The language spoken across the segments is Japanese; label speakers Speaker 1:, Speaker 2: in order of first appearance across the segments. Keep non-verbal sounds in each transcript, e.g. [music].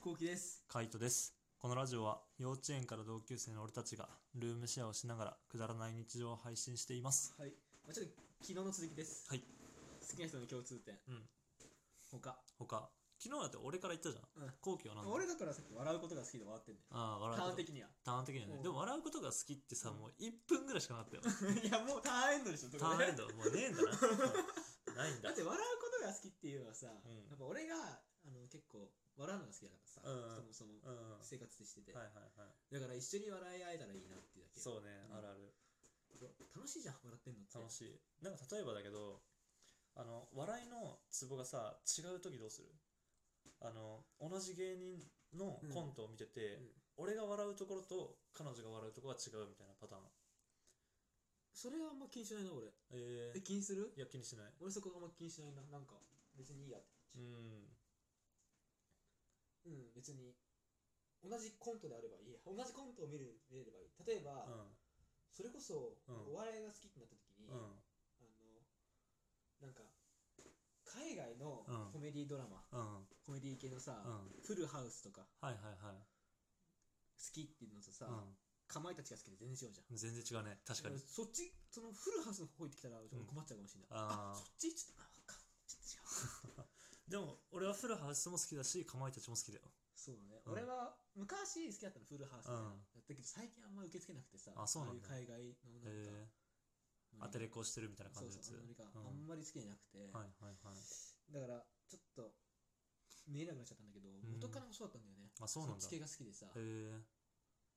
Speaker 1: こうきです。
Speaker 2: カイトです。このラジオは幼稚園から同級生の俺たちがルームシェアをしながらくだらない日常を配信しています。
Speaker 1: はい。まあ、ちょっと昨日の続きです。
Speaker 2: はい。
Speaker 1: 好きな人の共通点。
Speaker 2: うん。
Speaker 1: 他。
Speaker 2: 他、昨日だって俺から言ったじゃん。
Speaker 1: うん
Speaker 2: 後期は何だ
Speaker 1: 俺だからさっき笑うことが好きで笑ってんだよ。
Speaker 2: ああ、
Speaker 1: ター
Speaker 2: 笑う
Speaker 1: ン
Speaker 2: こと。
Speaker 1: 的には。 [laughs]
Speaker 2: ターン的にはね
Speaker 1: う。ん
Speaker 2: でも笑うことが好きってさ、
Speaker 1: うん
Speaker 2: もう1分ぐらいしかなかったよ。
Speaker 1: いや、もうターンエンドでしょ、
Speaker 2: ターンエンド、もうねえんだな。うんないん
Speaker 1: だ
Speaker 2: だ
Speaker 1: っ。て笑うことが好きっていうのはさ、
Speaker 2: ん
Speaker 1: やっぱ俺があの結構笑うのが好きだからさ、
Speaker 2: うんうん
Speaker 1: そもそも
Speaker 2: うん。はい
Speaker 1: 生活でしてて、
Speaker 2: はいはい。
Speaker 1: だから一緒に笑い合えたらいいなっていうだけ。
Speaker 2: そうね、
Speaker 1: うん
Speaker 2: あるある。
Speaker 1: 楽しいじゃん、笑ってんのって。
Speaker 2: 楽しい。なんか例えばだけど、あの、笑いのツボがさ、違う時どうするあの、同じ芸人のコントを見てて、
Speaker 1: うん
Speaker 2: 俺が笑うところと彼女が笑うところは違うみたいなパターン。
Speaker 1: それはあんま気にしないな、俺。
Speaker 2: え
Speaker 1: え、
Speaker 2: ー、
Speaker 1: 気にする
Speaker 2: いや、気にしない。
Speaker 1: 俺そこあんま気にしないな、なんか。別にいいやって。
Speaker 2: うん。
Speaker 1: うん、別に同じコントであればいいや同じコントを見る見れればいい例えば、
Speaker 2: う
Speaker 1: それこそ、
Speaker 2: うん
Speaker 1: お笑いが好きってなった時に、
Speaker 2: ん。うん。
Speaker 1: あのなんか海外の
Speaker 2: うん
Speaker 1: コメディドラマ、
Speaker 2: うん。うん。
Speaker 1: コメディ系のさ、
Speaker 2: はい
Speaker 1: フルハウスとか
Speaker 2: はいはい。
Speaker 1: 好きっていうのとさ、
Speaker 2: う
Speaker 1: かまいたちが好きで全然違うじゃん
Speaker 2: ん。全然違うね。確かに
Speaker 1: だら。そっちそのフルハウスの方行ってきたらちょっと困っちゃうかもしれない、
Speaker 2: あ
Speaker 1: そ
Speaker 2: あ
Speaker 1: っちちょっとあわかんちょっと違う
Speaker 2: でも俺はフルハウスも好きだしかまいたちも好きだよ
Speaker 1: そうだね、
Speaker 2: うん
Speaker 1: 俺は昔好きだったのフルハウスみたいな
Speaker 2: うん
Speaker 1: だったけど最近あんま受け付けなくてさ
Speaker 2: あそうなんだ
Speaker 1: ああいう海外のなん
Speaker 2: え
Speaker 1: か、
Speaker 2: ー、
Speaker 1: ノリ
Speaker 2: アテレコしてるみたいな
Speaker 1: そ
Speaker 2: 感
Speaker 1: う
Speaker 2: じの
Speaker 1: そうあ
Speaker 2: やつ
Speaker 1: のノリが
Speaker 2: うん
Speaker 1: あんまり好きじゃなくて、
Speaker 2: はいはいはい
Speaker 1: だからちょっと見えなくなっちゃったんだけど、
Speaker 2: ん
Speaker 1: 元からもそうだったんだよね
Speaker 2: あそうなんだ
Speaker 1: そっち系が好きでさ、
Speaker 2: えー、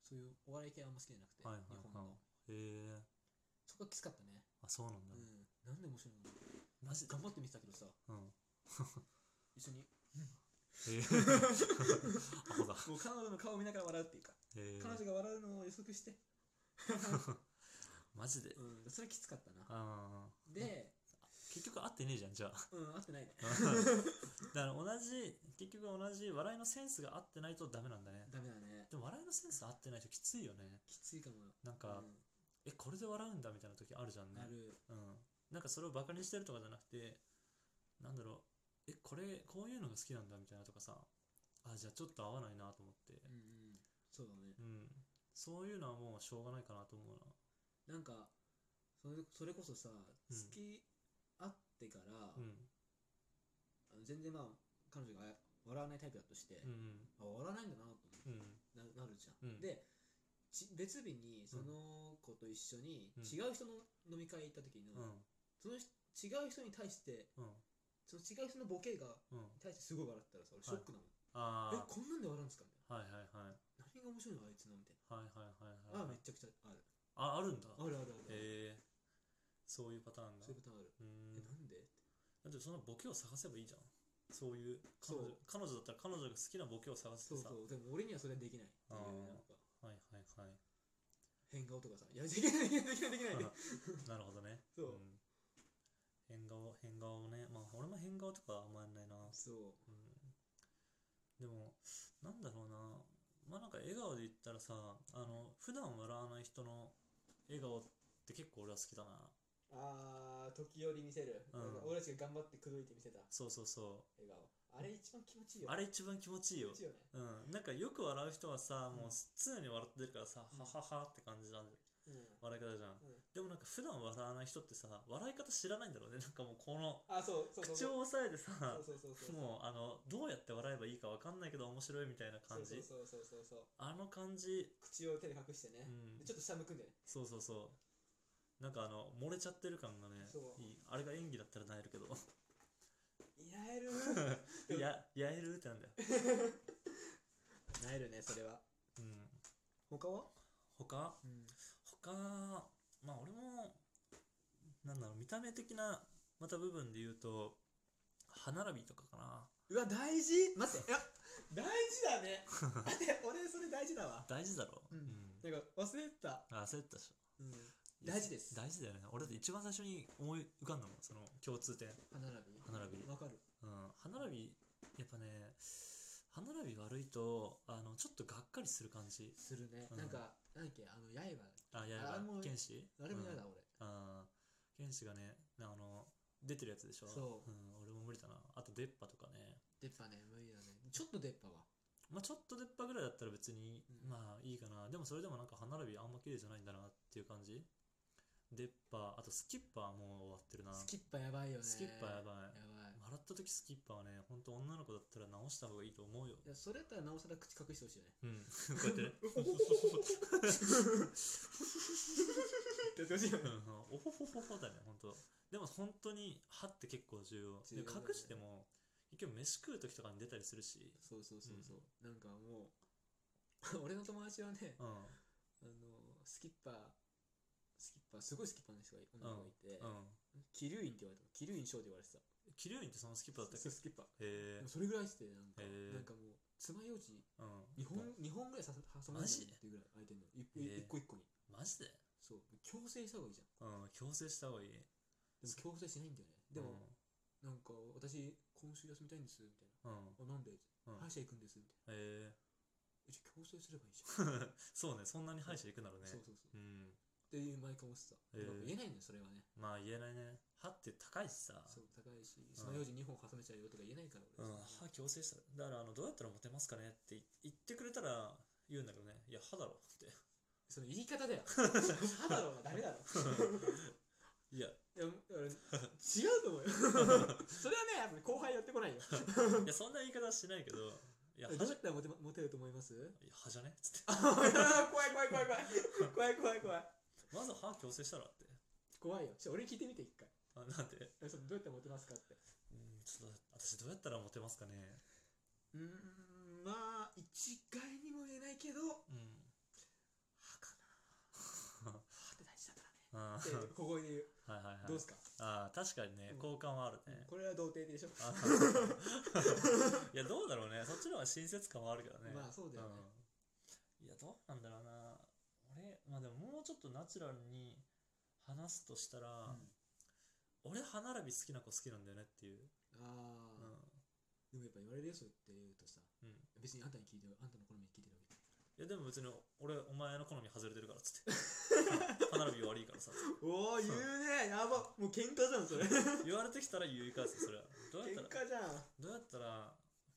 Speaker 1: そういうお笑い系あんま好きじゃなくて、
Speaker 2: はいはいはい
Speaker 1: 日本の
Speaker 2: えー、
Speaker 1: そこがきつかったね
Speaker 2: あそうな
Speaker 1: う
Speaker 2: んだ、
Speaker 1: んなんで面白いのかな
Speaker 2: マジで
Speaker 1: 頑張って見てたけどさ
Speaker 2: うん
Speaker 1: 一緒に
Speaker 2: え
Speaker 1: [laughs]
Speaker 2: ー、アホだ
Speaker 1: もう彼女の顔を見ながら笑うっていうか、
Speaker 2: え
Speaker 1: 彼
Speaker 2: ー、
Speaker 1: 女が笑うのを予測して、
Speaker 2: [laughs] マジで
Speaker 1: うん、それきつかったな
Speaker 2: あー
Speaker 1: で、
Speaker 2: 結局合ってねえじゃんじゃあ
Speaker 1: うん、合って
Speaker 2: [laughs]
Speaker 1: ないね
Speaker 2: だから同じ結局同じ笑いのセンスが合ってないとダメなんだね
Speaker 1: ダメだね
Speaker 2: でも笑いのセンス合ってないときついよね
Speaker 1: きついかもよ
Speaker 2: なんか、
Speaker 1: う
Speaker 2: えこれで笑うんだみたいな時あるじゃん
Speaker 1: ん、
Speaker 2: ね
Speaker 1: なる
Speaker 2: うん、なんかそれをバカにしてるとかじゃなくてなんだろうえこれこういうのが好きなんだみたいなとかさあじゃあちょっと合わないなと思って
Speaker 1: うんうんそうだね
Speaker 2: うん、そういうのはもうしょうがないかなと思う
Speaker 1: なんかそれそれこそさ
Speaker 2: ん
Speaker 1: 付き合ってから、
Speaker 2: な
Speaker 1: あの全然まあ彼女があ笑わないタイプだとして、
Speaker 2: うん
Speaker 1: あ笑わないんだなと
Speaker 2: うんうん
Speaker 1: 思ってななるじゃん、
Speaker 2: うん
Speaker 1: でち別日にその子と一緒に
Speaker 2: うん
Speaker 1: 違う人の飲み会行った時の、
Speaker 2: うん
Speaker 1: その人違う人に対して
Speaker 2: うん
Speaker 1: その違う人のボケが
Speaker 2: うん
Speaker 1: 対してすごい笑ったらさ俺ショックなもん、
Speaker 2: あ
Speaker 1: えこんなんで笑うんですかみ
Speaker 2: あはいはいはい
Speaker 1: たいな何が面白いのあいつのみたい
Speaker 2: はいはいはい
Speaker 1: な、
Speaker 2: はい
Speaker 1: あめちゃくちゃある
Speaker 2: ああるんだ
Speaker 1: あるあるある、
Speaker 2: えー、そういうパターンだ
Speaker 1: そういうことある、
Speaker 2: う
Speaker 1: え
Speaker 2: ん
Speaker 1: なんで
Speaker 2: だってそのボケを探せばいいじゃんそういう彼
Speaker 1: そ
Speaker 2: 女
Speaker 1: う
Speaker 2: 彼女だったら彼女が好きなボケを探して
Speaker 1: そう
Speaker 2: さ
Speaker 1: そうでも俺にはそれはできないってい
Speaker 2: あ
Speaker 1: う
Speaker 2: ー
Speaker 1: なんか
Speaker 2: はいはいはい
Speaker 1: 変顔とかさいやできないできないできないできない
Speaker 2: あ [laughs] なるほどね。。
Speaker 1: そうん
Speaker 2: 変顔、変顔ね。まあ、俺も変顔とかあんまやんないな。う
Speaker 1: そ
Speaker 2: ん。でも、なんだろうな。まあなんか笑顔で言ったらさ、あの、普段笑わない人の笑顔って結構俺は好きだな。
Speaker 1: うあー時折見せる、
Speaker 2: うん
Speaker 1: なんか俺たちが頑張って口説いて見せた
Speaker 2: そうそうそ。
Speaker 1: 笑顔あれ一番気持ちいいうよ
Speaker 2: あ
Speaker 1: れ
Speaker 2: れ一番気持ちいいよ
Speaker 1: 気持ち。いいよね
Speaker 2: うん。なんかよく笑う人はさ、もううん常に笑ってるからさ、
Speaker 1: うん
Speaker 2: はははって感じなんで、
Speaker 1: うん、
Speaker 2: 笑い方じゃ
Speaker 1: うん、
Speaker 2: ん。でもなんか普段笑わない人ってさ、笑い方知らないんだろうね。 [laughs] なんかもうこの、
Speaker 1: あそうそうそう
Speaker 2: 口
Speaker 1: そう
Speaker 2: を押さえてさ、
Speaker 1: そうそうそうそう
Speaker 2: もうあのどうやって笑えばいいかわかんないけど面白いみたいな感じ
Speaker 1: そうそうそうそうそう
Speaker 2: あの感じ
Speaker 1: 口を手で隠してね
Speaker 2: う、ん
Speaker 1: でちょっと下向くんだよね
Speaker 2: そうそうそうなんかあの漏れちゃってる感がね
Speaker 1: そう
Speaker 2: いいあれが演技だったらなえ
Speaker 1: [laughs]
Speaker 2: るけど
Speaker 1: いられるでも
Speaker 2: ややえるってなんだよ、
Speaker 1: [laughs] なえるねそれは
Speaker 2: うん、
Speaker 1: 他は
Speaker 2: 他
Speaker 1: うん
Speaker 2: 他まあ俺もなんだろう見た目的なまた部分で言うと歯並びとかかな
Speaker 1: うわ大事待っていや [laughs] 大事だ [laughs] ね待って俺それ大事だわ
Speaker 2: 大事だろ
Speaker 1: うんなんか忘れてた、
Speaker 2: あ焦ったでしょ
Speaker 1: うん、大事です
Speaker 2: 大事だよね俺だって一番最初に思い浮かんだもんその共通点
Speaker 1: 歯並び
Speaker 2: 歯並び
Speaker 1: わかる
Speaker 2: うん、歯並びやっぱね歯並び悪いとあのちょっとがっかりする感じ
Speaker 1: するね、
Speaker 2: うん
Speaker 1: なんかなんだっけあの刃
Speaker 2: あや
Speaker 1: あれも
Speaker 2: 剣士
Speaker 1: あれも嫌だ、
Speaker 2: うん、
Speaker 1: 俺
Speaker 2: あー剣士がねあの出てるやつでしょ、
Speaker 1: そう
Speaker 2: ん、俺も無理だなあと出っ歯とかね
Speaker 1: 出っ歯ね無理だねちょっと出っ歯は
Speaker 2: まあ、ちょっと出っ歯ぐらいだったら別に、
Speaker 1: うん
Speaker 2: まあいいかなでもそれでもなんか歯並びあんま綺麗じゃないんだなっていう感じ出っ歯あとスキッパーもう終わってるな
Speaker 1: スキッパやばいよね
Speaker 2: スキッパーやばい
Speaker 1: やばい
Speaker 2: 笑った時スキッパーはねほんと女の子だったら直した方がいいと思うよ
Speaker 1: いやそれやったらなおさら口隠してほしいよね
Speaker 2: う
Speaker 1: [laughs]
Speaker 2: んこうやってね
Speaker 1: やってほしいよ
Speaker 2: う
Speaker 1: ね
Speaker 2: んおほほほほだねほんとでも本当に歯って結構重要
Speaker 1: 重要
Speaker 2: で
Speaker 1: だね
Speaker 2: 隠しても結局飯食う時とかに出たりするし
Speaker 1: そうそうそうそう、なんかもう俺の友達はね
Speaker 2: うんうん
Speaker 1: あのスキッパースキッパーすごいスキッパーの人がい女の子がいて、キリュウインって言われたのキリュウイン翔って言われてた
Speaker 2: キリュウインってそのスキッパーだったっけ
Speaker 1: そうスキッパーで
Speaker 2: へえ
Speaker 1: もそれぐらいしてなんか、
Speaker 2: へー
Speaker 1: なんかもう爪楊枝
Speaker 2: うん
Speaker 1: 日本日本ぐらい刺さ挟まれ
Speaker 2: マ
Speaker 1: て
Speaker 2: ジ
Speaker 1: るっていうぐらい空いてんのい
Speaker 2: へー
Speaker 1: 一個一個に
Speaker 2: マジで
Speaker 1: そう強制した方がいいじゃん
Speaker 2: うん強制した方がいい
Speaker 1: でも強制しないんだよねでも、なんか私今週休みたいんですみたい
Speaker 2: うんうん
Speaker 1: なあなんで、
Speaker 2: うん
Speaker 1: 歯医者行くんですみたいな
Speaker 2: へえ
Speaker 1: えじゃあ強制すればいいじゃん、
Speaker 2: [laughs] そうねそんなに歯医者行くならね
Speaker 1: そうそうそう
Speaker 2: うん
Speaker 1: っていう毎回思ってた、
Speaker 2: へー
Speaker 1: なんか言えないんだよそれはね
Speaker 2: まあ言えないね歯って高いしさ
Speaker 1: そう高いし爪楊枝2本挟めちゃうよとか言えないから
Speaker 2: う
Speaker 1: 俺
Speaker 2: ん、歯強制したらだからあのどうやったらモテますかねってい言ってくれたら言うんだけどねいや歯だろって
Speaker 1: その言い方だ
Speaker 2: [laughs]
Speaker 1: よ歯だろうがダメだろ
Speaker 2: いや
Speaker 1: いや俺違うと
Speaker 2: [laughs]
Speaker 1: 思うよそれはねやっぱり後輩寄ってこないよ
Speaker 2: いやそんな言い方はしないけどいや
Speaker 1: え
Speaker 2: 歯
Speaker 1: どう
Speaker 2: じ
Speaker 1: や
Speaker 2: ゃ
Speaker 1: ったらモテモテると思います
Speaker 2: いや歯じゃねっつっ
Speaker 1: 怖い怖い怖い怖い怖い怖い怖い
Speaker 2: てまず歯強制したらって
Speaker 1: 怖いよちょ俺に聞いてみて一回
Speaker 2: あなんで
Speaker 1: えそのどうやったらモテますかって
Speaker 2: うんちょっと私どうやったらモテますかね
Speaker 1: うーんまあ一概にも言えないけど
Speaker 2: うん
Speaker 1: 歯かな歯って大事だからね [laughs]
Speaker 2: あ
Speaker 1: って
Speaker 2: ー
Speaker 1: 小声で言う
Speaker 2: はいはいはい
Speaker 1: どうすか、
Speaker 2: あー確かにね
Speaker 1: うん
Speaker 2: 好感はあるね、
Speaker 1: これは童貞でしょ
Speaker 2: あ [laughs] いやどうだろうねそっちの方が親切感はあるからね
Speaker 1: まあそうだよね
Speaker 2: うんいやどうなんだろうな俺まあでももうちょっとナチュラルに話すとしたら、俺歯並び好きな子好きなんだよねっていう
Speaker 1: あ
Speaker 2: う
Speaker 1: あ
Speaker 2: ん、
Speaker 1: でもやっぱ言われるよそう言って言うとさ
Speaker 2: うん、い
Speaker 1: 別にあんたに聞いてるあんたの好みに聞いてるわけ
Speaker 2: やでも別に俺お前の好み外れてるからっ
Speaker 1: [laughs]
Speaker 2: つって歯並び悪いからさっつって
Speaker 1: おお言うねやばもう [laughs] 喧嘩じゃんそれ
Speaker 2: 言われてきたら言い返すそれはどうやったら
Speaker 1: じゃん
Speaker 2: どうやったら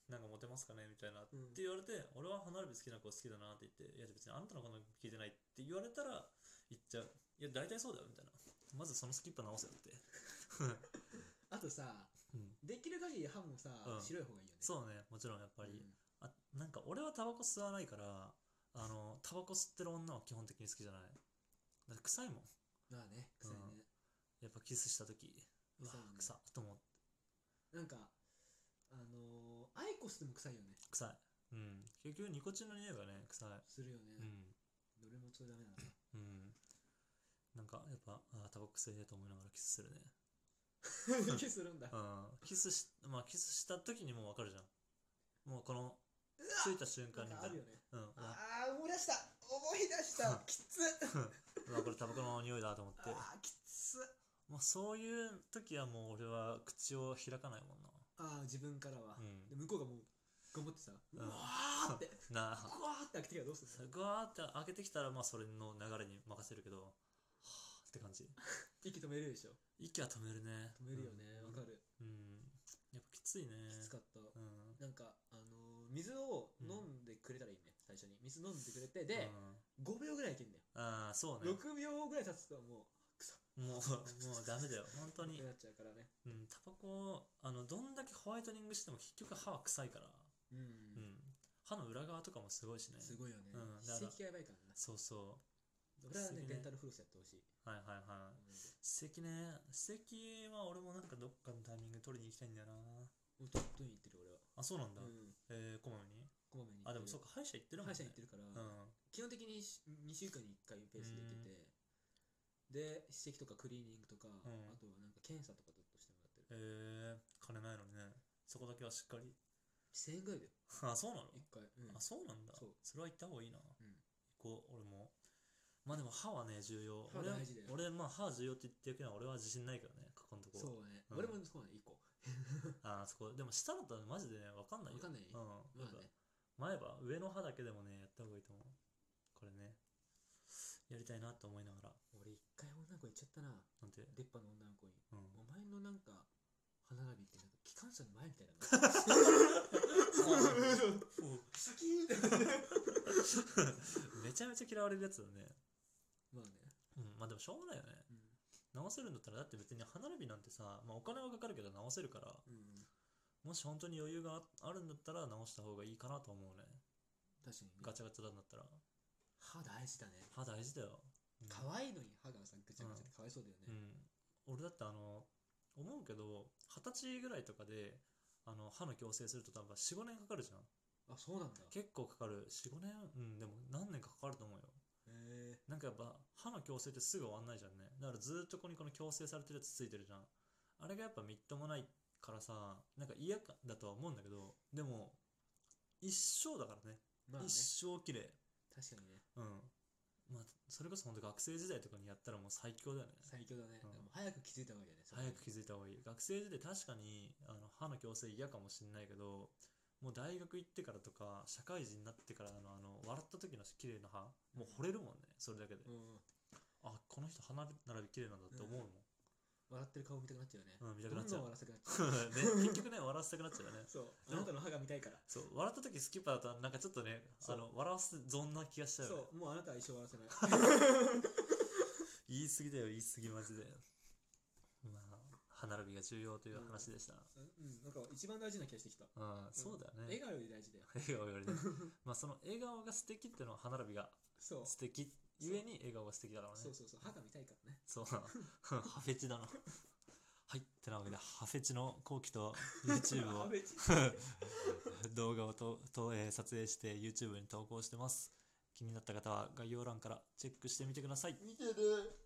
Speaker 2: なんかモテますかねみたいなっ
Speaker 1: うん
Speaker 2: て言われて、俺は歯並び好きな子好きだなって言って、いや別にあんたのこと聞いてないって言われたら言っちゃう。いや大体そうだよみたいな。まずそのスキッパ直せよって。
Speaker 1: あとさ
Speaker 2: うん、
Speaker 1: できる限り歯もさ、
Speaker 2: うん
Speaker 1: 白い方がいいよねう
Speaker 2: そうね、もちろんやっぱり。
Speaker 1: ん
Speaker 2: あなんか俺はタバコ吸わないから、あの、タバコ吸ってる女は基本的に好きじゃない。だって臭いもん。
Speaker 1: まあね臭いね、
Speaker 2: やっぱキスした時うわ
Speaker 1: 臭いね
Speaker 2: 臭っと思って。
Speaker 1: なんかあのー、アイコスでも臭いよね
Speaker 2: 臭い。うん。結局ニコチンの匂いがね、臭い。
Speaker 1: するよね、
Speaker 2: うん。
Speaker 1: どれもそれダメだな
Speaker 2: うん。なんかやっぱ、あータバコ臭いと思いながらキスするね。
Speaker 1: 気するんだ
Speaker 2: うんキスし、まあキスした時にもうわかるじゃん。もうこの、ついた瞬間
Speaker 1: なん
Speaker 2: に
Speaker 1: か
Speaker 2: みた
Speaker 1: あ
Speaker 2: い
Speaker 1: るよ。ね
Speaker 2: なう
Speaker 1: ああ
Speaker 2: ん。うわ
Speaker 1: 思い出した思い出したきつ
Speaker 2: うわ、これタバコの匂いだと思って。
Speaker 1: あーきつ
Speaker 2: もうそういう時はもう俺は口を開かないもんな。
Speaker 1: ああ自分からは、
Speaker 2: うん
Speaker 1: で向こうがもう頑張ってさうわーってう
Speaker 2: な
Speaker 1: わ
Speaker 2: あ、
Speaker 1: ーって開けてきたらどうするの
Speaker 2: ぐわーって開けてきたら、まあそれの流れに任せるけど、はぁって感じ。
Speaker 1: 息止めるでしょ
Speaker 2: 息は止めるね。
Speaker 1: 止めるよねわ、かる、
Speaker 2: うん。やっぱきついね。
Speaker 1: きつかった、
Speaker 2: うん。
Speaker 1: なんかあのー水を飲んでくれたらいいね、最初に水飲んでくれてで
Speaker 2: う、ん
Speaker 1: 5秒ぐらいいけんだよ
Speaker 2: ああ、そうね。
Speaker 1: 6秒ぐらい経つとも
Speaker 2: もう、もうダメだよ。本当
Speaker 1: うな
Speaker 2: に
Speaker 1: く。なっちゃうからね
Speaker 2: うん、タバコあのどんだけホワイトニングしても結局歯は臭いから、
Speaker 1: うん、
Speaker 2: うん歯の裏側とかもすごいしね
Speaker 1: すごいよね、
Speaker 2: うんだか
Speaker 1: 歯
Speaker 2: ら
Speaker 1: 石がやばいからな
Speaker 2: そうそ
Speaker 1: 俺はね
Speaker 2: 歯石ね
Speaker 1: デンタルフロスやってほしい、
Speaker 2: うはいはいは
Speaker 1: うん
Speaker 2: い歯石ね歯石は俺もなんかどっかのタイミングで取りに行きたいんだよな
Speaker 1: もうちょっとに行ってる俺は
Speaker 2: あそうなんだ、
Speaker 1: うん
Speaker 2: えー、こまめに
Speaker 1: こまめに
Speaker 2: あでもそうか歯医者行ってるもん
Speaker 1: 歯
Speaker 2: ね
Speaker 1: 医者行ってるから、
Speaker 2: うん
Speaker 1: 基本的に2週間に1回ペースで行ってて、で歯石とかクリーニングとか、
Speaker 2: ん
Speaker 1: あとはなんか検査とかずっとしてもらってる
Speaker 2: えー、金ないのにねそこだけはしっかり
Speaker 1: 1000円ぐらいだよ
Speaker 2: あそうなの、
Speaker 1: 1回、うん
Speaker 2: あそうなんだ
Speaker 1: そう
Speaker 2: れは行った方がいい
Speaker 1: ん
Speaker 2: な、行こう俺もまあでも歯はね重要
Speaker 1: 歯
Speaker 2: 俺は
Speaker 1: 大事だよ
Speaker 2: 俺まあ歯重要って言ってるけど俺は自信ないからねここのとこ
Speaker 1: そうね、
Speaker 2: うん
Speaker 1: 俺もそうね1個
Speaker 2: あーそこでも下だったらマジでね分かんないよ
Speaker 1: 分かんない
Speaker 2: うん、
Speaker 1: まあ
Speaker 2: やっ
Speaker 1: ね
Speaker 2: ぱ前歯上の歯だけでもねやった方がいいと思うこれねやりたいなと思いながら
Speaker 1: 俺1回女の子に言っちゃったな
Speaker 2: なんて
Speaker 1: 出っ歯の女の子に
Speaker 2: うん
Speaker 1: お前のなんか
Speaker 2: [laughs]
Speaker 1: 歯並びってなんか機関車の前みたいだな
Speaker 2: うん
Speaker 1: シャキー
Speaker 2: めちゃめちゃ嫌われるやつだね。
Speaker 1: まあね、
Speaker 2: うん、まあでもしょうがないよね。
Speaker 1: うん
Speaker 2: 直せるんだったら、だって別に歯並びなんてさ、まあお金はかかるけど直せるから、
Speaker 1: うん、
Speaker 2: もし本当に余裕がああるんだったら直した方がいいかなと思うね。
Speaker 1: 確かにね、
Speaker 2: ガチャガチャなんだったら。
Speaker 1: 歯大事だね
Speaker 2: 歯大事だよ。うん
Speaker 1: 可愛いのに歯がさぐちゃぐちゃでかわいそうだよ
Speaker 2: う
Speaker 1: ね、
Speaker 2: ん、俺だってあの思うけど二十歳ぐらいとかであの歯の矯正すると多分45年かかるじゃん
Speaker 1: あそうなんだへ
Speaker 2: 結構かかる45年うんでも何年かかかると思うよ
Speaker 1: え
Speaker 2: なんかやっぱ歯の矯正ってすぐ終わんないじゃんねだからずっとここにこの矯正されてるやつついてるじゃんあれがやっぱみっともないからさなんか嫌かだとは思うんだけどでも一生だからね,、
Speaker 1: まあね
Speaker 2: 一生綺麗
Speaker 1: 確かにね
Speaker 2: うんまあそれこそ本当学生時代とかにやったらもう最強だよね
Speaker 1: 最強だね、
Speaker 2: うん
Speaker 1: でも早く気づいた方がいいよねそれ
Speaker 2: 早く気づいた方がいい学生時代確かにあの歯の矯正嫌かもしれないけどもう大学行ってからとか社会人になってからのあの笑った時の綺麗な歯もう惚れるもんねそれだけで、
Speaker 1: うん
Speaker 2: あこの人歯並び綺麗なんだって思うもん、
Speaker 1: 笑ってる顔見たくなっちゃうよね、
Speaker 2: うん見たくなっちゃ
Speaker 1: ど
Speaker 2: う
Speaker 1: んどん笑わせたくなっちゃ
Speaker 2: ね、結局ね笑わせたくなっちゃうよ [laughs]
Speaker 1: う
Speaker 2: ね
Speaker 1: そうあ
Speaker 2: でも
Speaker 1: なたの歯が見たいから
Speaker 2: そう笑った時スキッパーだとなんかちょっとね
Speaker 1: そ
Speaker 2: あ
Speaker 1: う
Speaker 2: の笑わすぞんな気がしちゃうよね
Speaker 1: そうもうあなたは一生笑わ
Speaker 2: [laughs]
Speaker 1: せない
Speaker 2: 言い過ぎだよ言い過ぎマジでまあ歯並びが重要という話でした、
Speaker 1: うんなんか一番大事な気がしてきた
Speaker 2: ああそうだよね
Speaker 1: 笑顔より大事だよ
Speaker 2: 笑顔よりねまあその笑顔が素敵ってのは歯並びが
Speaker 1: そう
Speaker 2: 素敵ゆえに笑顔が素敵だからね
Speaker 1: そうそうそう歯が見たいからね
Speaker 2: そう [laughs] なのハフェチだなはいってなわけでハフェチの後期と YouTube
Speaker 1: あ [laughs]
Speaker 2: を
Speaker 1: べち
Speaker 2: 動画をとと、えー撮影して YouTube に投稿してます気になった方は概要欄からチェックしてみてください
Speaker 1: 見てる